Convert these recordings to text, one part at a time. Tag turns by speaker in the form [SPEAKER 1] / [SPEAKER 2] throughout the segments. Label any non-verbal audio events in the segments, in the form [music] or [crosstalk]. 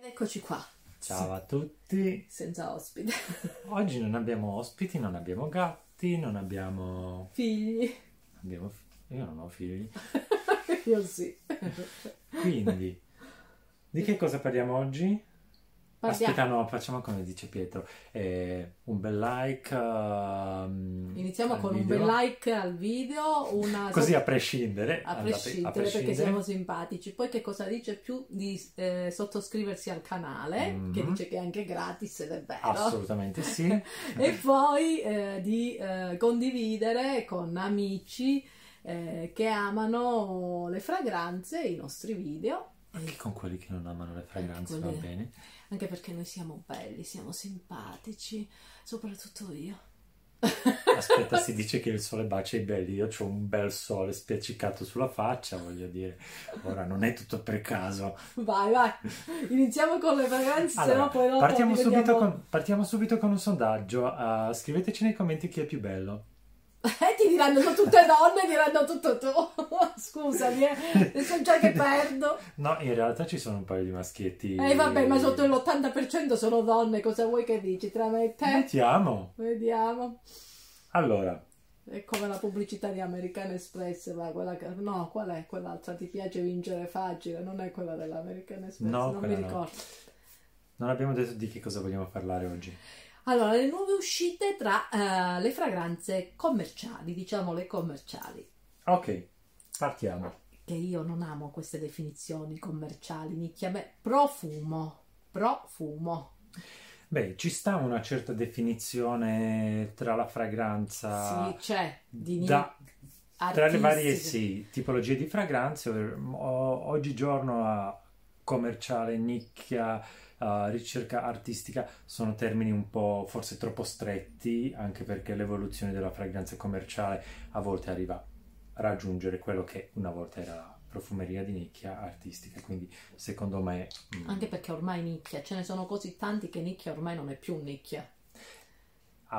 [SPEAKER 1] Eccoci qua,
[SPEAKER 2] Ciao a tutti.
[SPEAKER 1] senza ospite. [laughs]
[SPEAKER 2] Oggi non abbiamo ospiti, non abbiamo gatti, non abbiamo...
[SPEAKER 1] Figli. [laughs]
[SPEAKER 2] abbiamo fi- Io non ho figli.
[SPEAKER 1] Io sì.
[SPEAKER 2] Quindi, di che cosa parliamo oggi?
[SPEAKER 1] Partiamo.
[SPEAKER 2] Aspetta, no, facciamo come dice Pietro. Eh, un bel like. ehm,
[SPEAKER 1] Iniziamo
[SPEAKER 2] al
[SPEAKER 1] con
[SPEAKER 2] video.
[SPEAKER 1] un bel like al video, una...
[SPEAKER 2] Così a prescindere.
[SPEAKER 1] A
[SPEAKER 2] andate-
[SPEAKER 1] prescindere,
[SPEAKER 2] a
[SPEAKER 1] perché
[SPEAKER 2] prescindere.
[SPEAKER 1] siamo simpatici. Poi che cosa dice più di eh, sottoscriversi al canale,
[SPEAKER 2] Mhm.
[SPEAKER 1] che dice che è anche gratis ed è vero. [laughs]
[SPEAKER 2] Assolutamente sì.
[SPEAKER 1] e poi eh, di eh, condividere con amici eh, che amano le fragranze, i nostri video,
[SPEAKER 2] Anche con quelli che non amano le fragranze, va
[SPEAKER 1] quelli-
[SPEAKER 2] bene.
[SPEAKER 1] anche perché noi siamo belli, siamo simpatici, soprattutto io. [laughs]
[SPEAKER 2] Aspetta, si dice che il sole bacia i belli. Io ho un bel sole spiaccicato sulla faccia, voglio dire. Ora non è tutto per caso.
[SPEAKER 1] Vai, vai, iniziamo con le fragranze,
[SPEAKER 2] Allora,
[SPEAKER 1] sennò poi dopo
[SPEAKER 2] partiamo,
[SPEAKER 1] diventiamo-
[SPEAKER 2] subito con, partiamo subito con un sondaggio. Ah, scriveteci nei commenti chi è più bello.
[SPEAKER 1] Eh, ti diranno sono tutte donne, diranno tutto tu. [laughs] Scusami, eh, sono già che
[SPEAKER 2] [laughs]
[SPEAKER 1] perdo.
[SPEAKER 2] No, in realtà ci sono un paio di maschietti. Eh,
[SPEAKER 1] E Eh, vabbè, ma sotto l'80% sono donne, cosa vuoi che dici? Tra me e te?
[SPEAKER 2] Mettiamo.
[SPEAKER 1] Vediamo.
[SPEAKER 2] Allora,
[SPEAKER 1] È come la pubblicità di American Express, ma quella che... No, qual è quell'altra? Ti piace vincere facile? Non è quella dell'American Express,
[SPEAKER 2] No,
[SPEAKER 1] non mi
[SPEAKER 2] quella no.
[SPEAKER 1] ricordo.
[SPEAKER 2] non abbiamo detto di che cosa vogliamo parlare oggi.
[SPEAKER 1] Allora, le nuove uscite tra eh, le fragranze commerciali, diciamo le commerciali,
[SPEAKER 2] Ok, partiamo.
[SPEAKER 1] che io non amo queste definizioni commerciali, mi chiama profumo, profumo.
[SPEAKER 2] Beh, ci sta una certa definizione tra la fragranza
[SPEAKER 1] Sì, c'è di
[SPEAKER 2] da- tra le
[SPEAKER 1] artistiche.
[SPEAKER 2] varie sì, tipologie di fragranze, o- o- oggigiorno a commerciale, nicchia, a ricerca artistica sono termini un po' forse troppo stretti, anche perché l'evoluzione della fragranza commerciale a volte arriva a raggiungere quello che una volta era la profumeria di nicchia artistica, quindi secondo me mm,
[SPEAKER 1] Anche perché ormai nicchia, ce ne sono così tanti che nicchia ormai non è più nicchia.
[SPEAKER 2] Eh,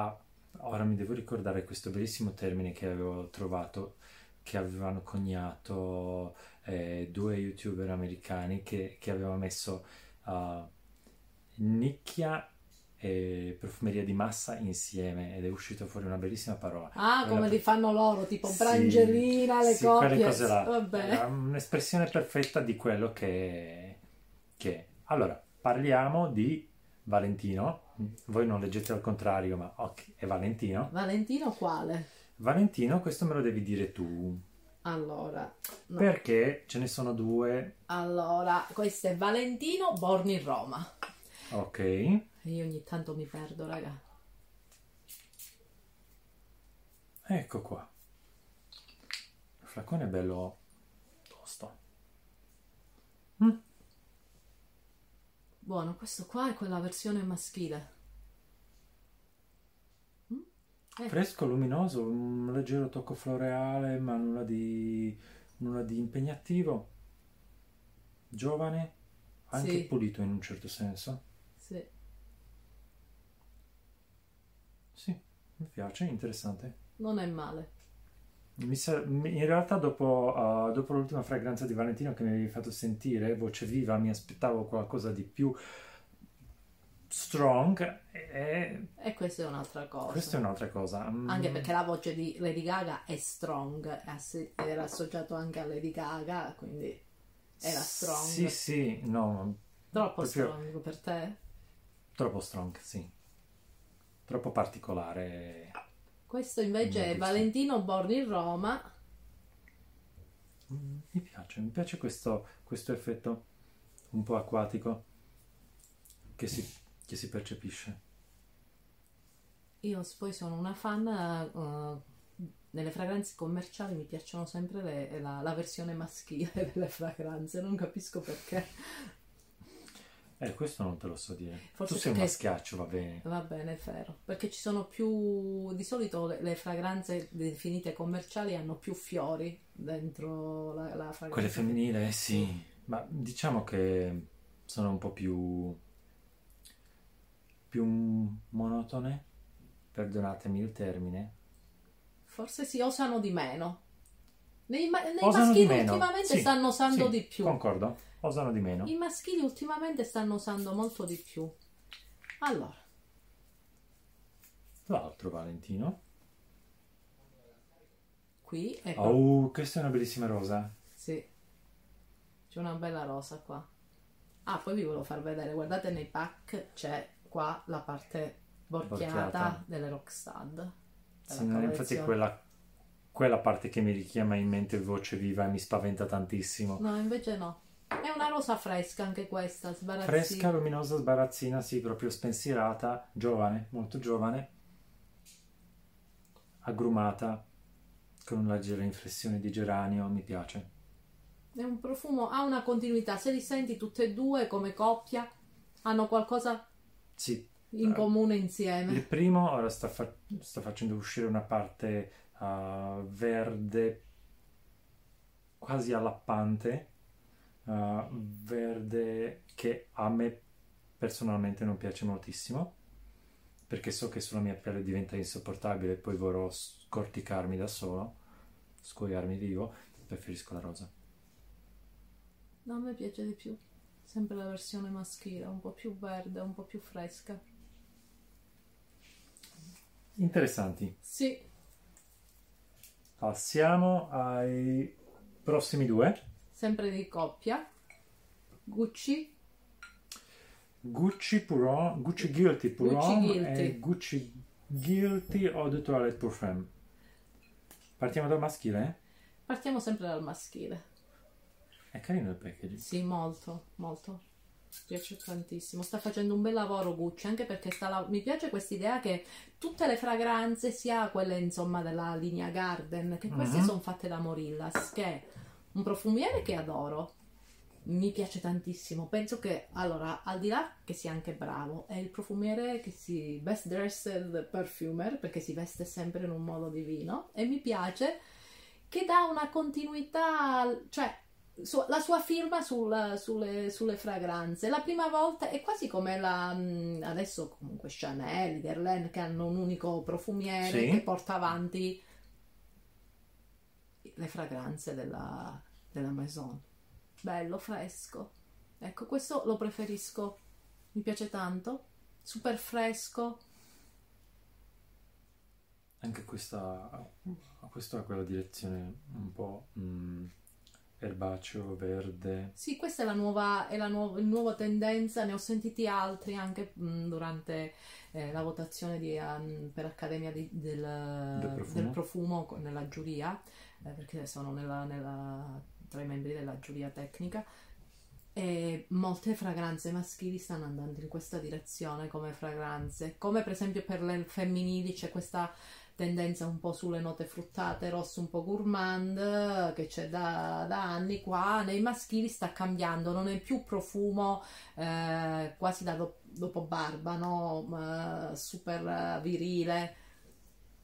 [SPEAKER 2] Ah, ora mi devo ricordare questo bellissimo termine che avevo trovato, che avevano coniato eh, due youtuber americani che, che avevano messo ah, nicchia e profumeria di massa insieme ed è uscita fuori una bellissima parola.
[SPEAKER 1] Ah,
[SPEAKER 2] Quella
[SPEAKER 1] come
[SPEAKER 2] pro-
[SPEAKER 1] li fanno loro, tipo
[SPEAKER 2] Sì,
[SPEAKER 1] brangelina, Ah, le
[SPEAKER 2] Sì, quelle
[SPEAKER 1] coppie.
[SPEAKER 2] cose là. Esatto.
[SPEAKER 1] Vabbè.
[SPEAKER 2] Era un'espressione perfetta di quello che, che è. Allora, parliamo di Valentino. Voi non leggete al contrario, ma ok, è Valentino.
[SPEAKER 1] Valentino quale?
[SPEAKER 2] Valentino, questo me lo devi dire tu,
[SPEAKER 1] Allora, no.
[SPEAKER 2] perché ce ne sono due,
[SPEAKER 1] allora, questo è Valentino Born in Roma.
[SPEAKER 2] ok?
[SPEAKER 1] Io ogni tanto mi perdo, raga.
[SPEAKER 2] Ecco qua. Il flacone è bello tosto. Mm,
[SPEAKER 1] Buono, questo qua è quella versione maschile. Mm? Eh,
[SPEAKER 2] Fresco, luminoso, un leggero tocco floreale, ma nulla di, nulla di impegnativo. Giovane, anche
[SPEAKER 1] Sì.
[SPEAKER 2] pulito in un certo senso.
[SPEAKER 1] sì.
[SPEAKER 2] Sì, mi piace, interessante.
[SPEAKER 1] Non è male.
[SPEAKER 2] Mi sa- mi- in realtà dopo, uh, dopo l'ultima fragranza di Valentino che mi avevi fatto sentire, voce viva, mi aspettavo qualcosa di più strong e
[SPEAKER 1] E questa è un'altra cosa.
[SPEAKER 2] questa è un'altra cosa. Mm,
[SPEAKER 1] Anche perché la voce di Lady Gaga è strong, è ass- era associato anche a Lady Gaga, quindi era strong.
[SPEAKER 2] Sì, sì, no,
[SPEAKER 1] Troppo
[SPEAKER 2] proprio-
[SPEAKER 1] strong per te?
[SPEAKER 2] troppo strong, sì. Troppo particolare.
[SPEAKER 1] Questo invece
[SPEAKER 2] Non ho
[SPEAKER 1] è
[SPEAKER 2] visto.
[SPEAKER 1] Valentino Born in Roma.
[SPEAKER 2] Mm, mi piace, mi piace questo, questo effetto un po' acquatico che si, che si percepisce.
[SPEAKER 1] Io s- poi sono una fan, eh, nelle fragranze commerciali mi piacciono sempre le- la, la versione maschile [laughs] delle fragranze, non capisco perché.
[SPEAKER 2] Eh, questo non te lo so dire.
[SPEAKER 1] Forse
[SPEAKER 2] tu sei un
[SPEAKER 1] perché-
[SPEAKER 2] maschiaccio, va bene.
[SPEAKER 1] Va bene, è vero, perché ci sono più, di solito le, le fragranze definite commerciali hanno più fiori dentro la, la fragranza.
[SPEAKER 2] Quelle femminili, eh sì, ma diciamo che sono un po' più, più monotone, perdonatemi il termine.
[SPEAKER 1] Forse si osano di meno. Nei, ma- nei
[SPEAKER 2] Osano
[SPEAKER 1] maschili
[SPEAKER 2] di meno,
[SPEAKER 1] ultimamente
[SPEAKER 2] sì,
[SPEAKER 1] stanno osando
[SPEAKER 2] sì,
[SPEAKER 1] di più.
[SPEAKER 2] Concordo, Osano di meno.
[SPEAKER 1] I maschili ultimamente stanno usando molto di più. Allora,
[SPEAKER 2] L'altro Valentino.
[SPEAKER 1] qui ecco.
[SPEAKER 2] Oh, questa è una bellissima rosa.
[SPEAKER 1] Sì. C'è una bella rosa qua. Ah, poi vi volevo far vedere, guardate nei pack c'è qua la parte borchiata,
[SPEAKER 2] Borchiata.
[SPEAKER 1] delle Rockstad. della
[SPEAKER 2] Sì, no, infatti è
[SPEAKER 1] collezione.
[SPEAKER 2] quella, quella parte che mi richiama in mente voce viva e mi spaventa tantissimo.
[SPEAKER 1] No, invece no. È una rosa fresca anche questa, sbarazzina.
[SPEAKER 2] Fresca, luminosa, sbarazzina, sì, proprio spensierata, giovane, molto giovane, agrumata, con una leggera inflessione di geranio, mi piace.
[SPEAKER 1] È un profumo, ha una continuità. Se li senti tutte e due come coppia, hanno qualcosa
[SPEAKER 2] Sì,
[SPEAKER 1] in
[SPEAKER 2] Eh,
[SPEAKER 1] comune insieme.
[SPEAKER 2] il primo ora sta, fa- sta facendo uscire una parte eh, verde quasi allappante, eh, verde che a me personalmente non piace moltissimo, perché so che sulla mia pelle diventa insopportabile e poi vorrò scorticarmi da solo, scoiarmi vivo, preferisco la rosa.
[SPEAKER 1] No, a me piace di più. Sempre la versione maschile, un po' più verde, un po' più fresca.
[SPEAKER 2] Interessanti.
[SPEAKER 1] Sì,
[SPEAKER 2] Passiamo ai prossimi due.
[SPEAKER 1] sempre di coppia. Gucci,
[SPEAKER 2] Gucci Puron, Gucci Guilty Puron
[SPEAKER 1] Guilty.
[SPEAKER 2] e Gucci Guilty Eau de Toilette Parfum. Partiamo dal maschile?
[SPEAKER 1] partiamo sempre dal maschile.
[SPEAKER 2] eh? È carino il packaging.
[SPEAKER 1] Sì, molto, molto. Mi piace tantissimo. Sta facendo un bel lavoro Gucci, anche perché sta la- mi piace questa idea che tutte le fragranze, sia quelle insomma della linea Garden, che queste
[SPEAKER 2] Mhm.
[SPEAKER 1] sono fatte da Morillas, che è un profumiere che adoro. Mi piace tantissimo. Penso che, allora, al di là che sia anche bravo, è il profumiere che si best dressed perfumer, perché si veste sempre in un modo divino, e mi piace che dà una continuità, cioè su- la sua firma sul- sulle, sulle fragranze. La prima volta è quasi come la mh, adesso comunque Chanel, Guerlain che hanno un unico profumiere
[SPEAKER 2] Sì.
[SPEAKER 1] che porta avanti le fragranze della, della Maison. Bello, fresco. Ecco, questo lo preferisco. Mi piace tanto. Super fresco.
[SPEAKER 2] Anche questa, questo ha quella direzione un po' mm, erbaceo, verde.
[SPEAKER 1] Sì, questa è la nuova, è la nuova, il nuovo tendenza, ne ho sentiti altri anche mh, durante eh, la votazione di, ehm, per Accademia di- del, del
[SPEAKER 2] profumo.
[SPEAKER 1] profumo. co- nella giuria, eh, perché sono nella- nella- tra i membri della giuria tecnica. E molte fragranze maschili stanno andando in questa direzione come fragranze, come per esempio per le femminili c'è questa tendenza un po' sulle note fruttate, rosso un po' gourmand, eh, che c'è da, da anni qua, nei maschili sta cambiando, non è più profumo eh, quasi da dop- dopo barba, no? Ma, super eh, virile,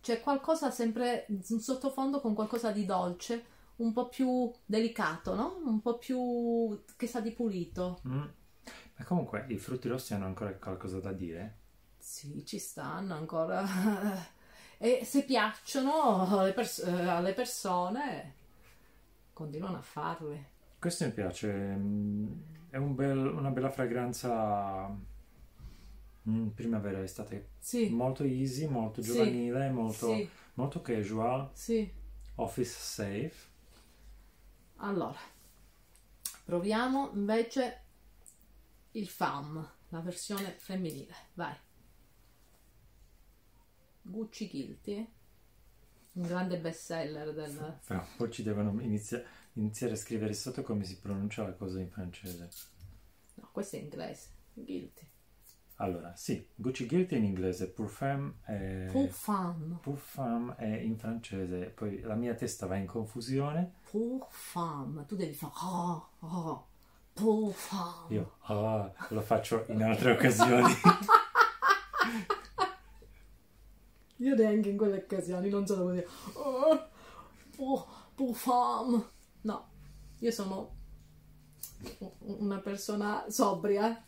[SPEAKER 1] c'è qualcosa sempre un sottofondo con qualcosa di dolce, un po' più delicato, no? Un po' più che sa di pulito.
[SPEAKER 2] Mm. Ma comunque i frutti rossi hanno ancora qualcosa da dire?
[SPEAKER 1] Sì, ci stanno ancora. [laughs] E se piacciono alle, pers- eh, alle persone, continuano a farle.
[SPEAKER 2] Questo mi piace, mm, è un bel- una bella fragranza mm, primavera, estate.
[SPEAKER 1] Sì,
[SPEAKER 2] Molto easy, molto
[SPEAKER 1] Sì.
[SPEAKER 2] giovanile, molto...
[SPEAKER 1] sì,
[SPEAKER 2] Molto casual,
[SPEAKER 1] sì.
[SPEAKER 2] office safe.
[SPEAKER 1] Allora, proviamo invece il FAM, la versione femminile. Vai. Gucci Guilty, un grande bestseller del...
[SPEAKER 2] Però poi ci devono inizia- iniziare a scrivere sotto come si pronuncia la cosa in francese.
[SPEAKER 1] No, questo è inglese. Guilty.
[SPEAKER 2] Allora, sì, Gucci Guilty è in inglese, Parfum è...
[SPEAKER 1] Pour femme,
[SPEAKER 2] Parfum è in francese, poi la mia testa va in confusione.
[SPEAKER 1] pour femme. Tu devi fare... Oh, oh, pour femme.
[SPEAKER 2] Io ah, lo faccio in altre occasioni.
[SPEAKER 1] Io neanche in quelle occasioni non sono così. Oh, po- po' fam. No, io sono u- una persona sobria,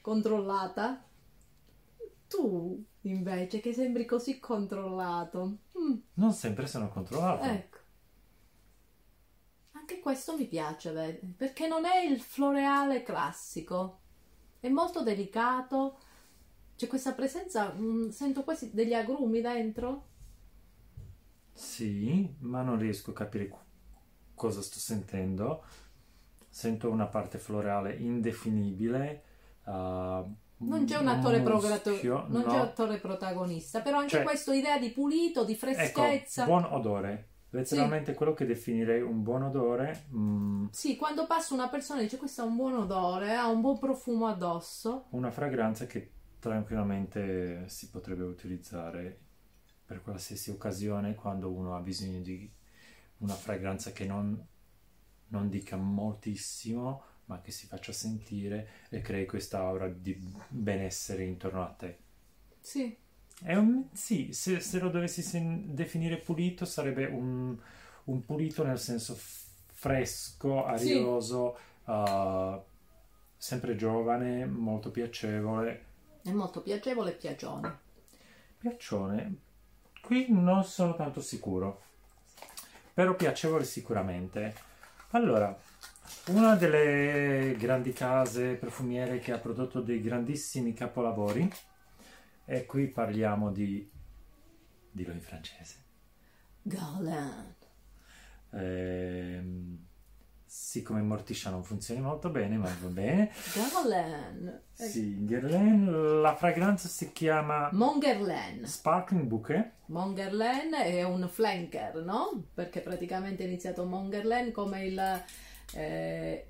[SPEAKER 1] controllata. Tu invece che sembri così controllato. Mm,
[SPEAKER 2] Ecco.
[SPEAKER 1] Eh.
[SPEAKER 2] Non sempre sono controllato.
[SPEAKER 1] ecco. Ma Ecco. anche questo mi piace, vedi, perché non è il floreale classico, è molto delicato, c'è questa presenza, mm, sento quasi degli agrumi dentro.
[SPEAKER 2] Sì, ma non riesco a capire co- cosa sto sentendo. Sento una parte floreale indefinibile. ah,
[SPEAKER 1] Non c'è un attore, prograto-
[SPEAKER 2] muschio,
[SPEAKER 1] non c'è
[SPEAKER 2] no.
[SPEAKER 1] attore protagonista, però anche
[SPEAKER 2] Cioè-
[SPEAKER 1] questa idea di pulito, di freschezza.
[SPEAKER 2] Ecco, buon odore. Letteralmente quello che definirei un buon odore. mm,
[SPEAKER 1] Sì, quando passa una persona e dice questo ha un buon odore, ha un buon profumo addosso.
[SPEAKER 2] una fragranza che tranquillamente si potrebbe utilizzare per qualsiasi occasione quando uno ha bisogno di una fragranza che non, non dica moltissimo, ma che si faccia sentire e crei questa aura di benessere intorno a te.
[SPEAKER 1] Sì,
[SPEAKER 2] È un- sì, se, se lo dovessi sen- definire pulito sarebbe un, un pulito nel senso f- fresco, arioso, uh, sempre giovane, molto piacevole.
[SPEAKER 1] è molto piacevole e piagione.
[SPEAKER 2] Piaccione, qui non sono tanto sicuro, però piacevole sicuramente. Allora, una delle grandi case profumiere che ha prodotto dei grandissimi capolavori, e qui parliamo di... dillo in francese.
[SPEAKER 1] Galant.
[SPEAKER 2] Ehm, siccome Morticia non funziona molto bene, ma va bene.
[SPEAKER 1] Galant. Eh,
[SPEAKER 2] Sì, Guerlain, la fragranza si chiama
[SPEAKER 1] Mongerlen.
[SPEAKER 2] Sparkling Bouquet.
[SPEAKER 1] Mongerlen è un flanker, no? Perché praticamente è iniziato Mongerlen come il... eh,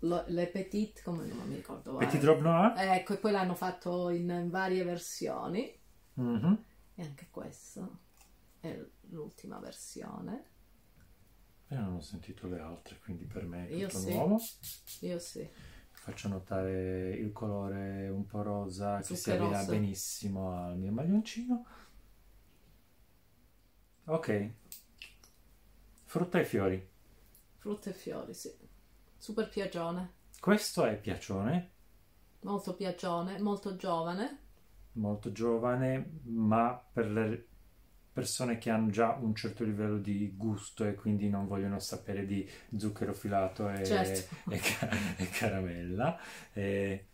[SPEAKER 1] lo- le petite, come non mi ricordo. guarda.
[SPEAKER 2] Petit Robe Noir.
[SPEAKER 1] Ecco, e poi l'hanno fatto in, varie versioni.
[SPEAKER 2] Mhm.
[SPEAKER 1] E anche questo è l'ultima versione.
[SPEAKER 2] Io Eh, non ho sentito le altre, quindi per me è
[SPEAKER 1] Io
[SPEAKER 2] tutto
[SPEAKER 1] sì.
[SPEAKER 2] nuovo.
[SPEAKER 1] Io sì.
[SPEAKER 2] Faccio notare il colore un po' rosa che si
[SPEAKER 1] Zuccheroso.
[SPEAKER 2] avvicina benissimo al mio maglioncino. Ok. Frutta e fiori.
[SPEAKER 1] Frutta e fiori, sì. Super piagione,
[SPEAKER 2] Questo è piacione,
[SPEAKER 1] molto piagione, molto giovane.
[SPEAKER 2] molto giovane, ma per le persone che hanno già un certo livello di gusto e quindi non vogliono sapere di zucchero filato e,
[SPEAKER 1] Certo.
[SPEAKER 2] e ca- e caramella. eh, E-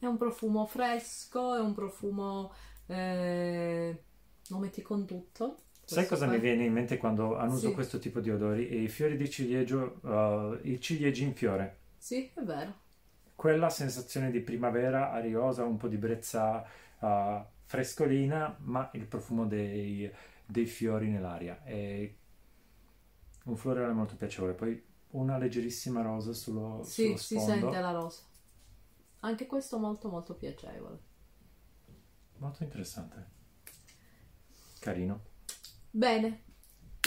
[SPEAKER 1] È un profumo fresco, è un profumo... eh, lo metti con tutto.
[SPEAKER 2] Sai
[SPEAKER 1] Questo
[SPEAKER 2] cosa
[SPEAKER 1] qua.
[SPEAKER 2] mi viene in mente quando annuso
[SPEAKER 1] Sì.
[SPEAKER 2] questo tipo di odori? I fiori di ciliegio, uh, i ciliegi in fiore.
[SPEAKER 1] Sì, è vero.
[SPEAKER 2] Quella sensazione di primavera ariosa, un po' di brezza uh, frescolina, ma il profumo dei, dei fiori nell'aria. È un floreale molto piacevole. Poi una leggerissima rosa sullo,
[SPEAKER 1] Sì,
[SPEAKER 2] Oh, sullo
[SPEAKER 1] si
[SPEAKER 2] sfondo.
[SPEAKER 1] sente la rosa. Anche questo molto molto piacevole.
[SPEAKER 2] Molto interessante. Carino.
[SPEAKER 1] Bene,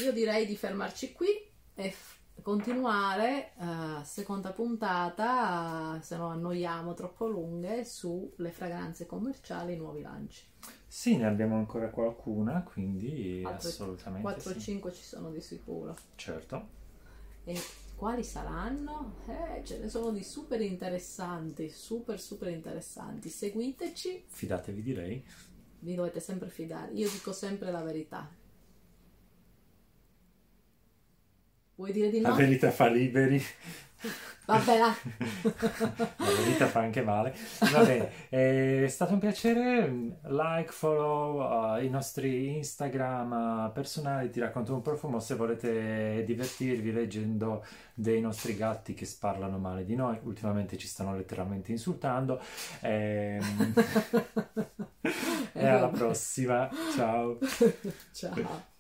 [SPEAKER 1] io direi di fermarci qui e f- continuare eh, seconda puntata, eh, se no annoiamo troppo lunghe, sulle fragranze commerciali e i nuovi lanci.
[SPEAKER 2] Sì, ne abbiamo ancora qualcuna, quindi
[SPEAKER 1] Altre-
[SPEAKER 2] assolutamente
[SPEAKER 1] 4 o
[SPEAKER 2] sì.
[SPEAKER 1] 5 ci sono di sicuro.
[SPEAKER 2] Certo.
[SPEAKER 1] E quali saranno? Eh, ce ne sono di super interessanti, super super interessanti. Seguiteci,
[SPEAKER 2] Fidatevi di lei.
[SPEAKER 1] vi dovete sempre fidare. Io dico sempre la verità. Vuoi dire di
[SPEAKER 2] La
[SPEAKER 1] no?
[SPEAKER 2] verità fa liberi,
[SPEAKER 1] Vabbè, là.
[SPEAKER 2] [laughs] la
[SPEAKER 1] [laughs]
[SPEAKER 2] verità fa anche male. Va bene, [laughs] Eh, è stato un piacere. Like, follow eh, i nostri Instagram eh, personali. Ti racconto un profumo se volete divertirvi leggendo dei nostri gatti che sparlano male di noi. Ultimamente ci stanno letteralmente insultando. Ehm, [laughs]
[SPEAKER 1] Eh, [laughs]
[SPEAKER 2] e alla
[SPEAKER 1] vabbè.
[SPEAKER 2] prossima, ciao.
[SPEAKER 1] [laughs] Ciao.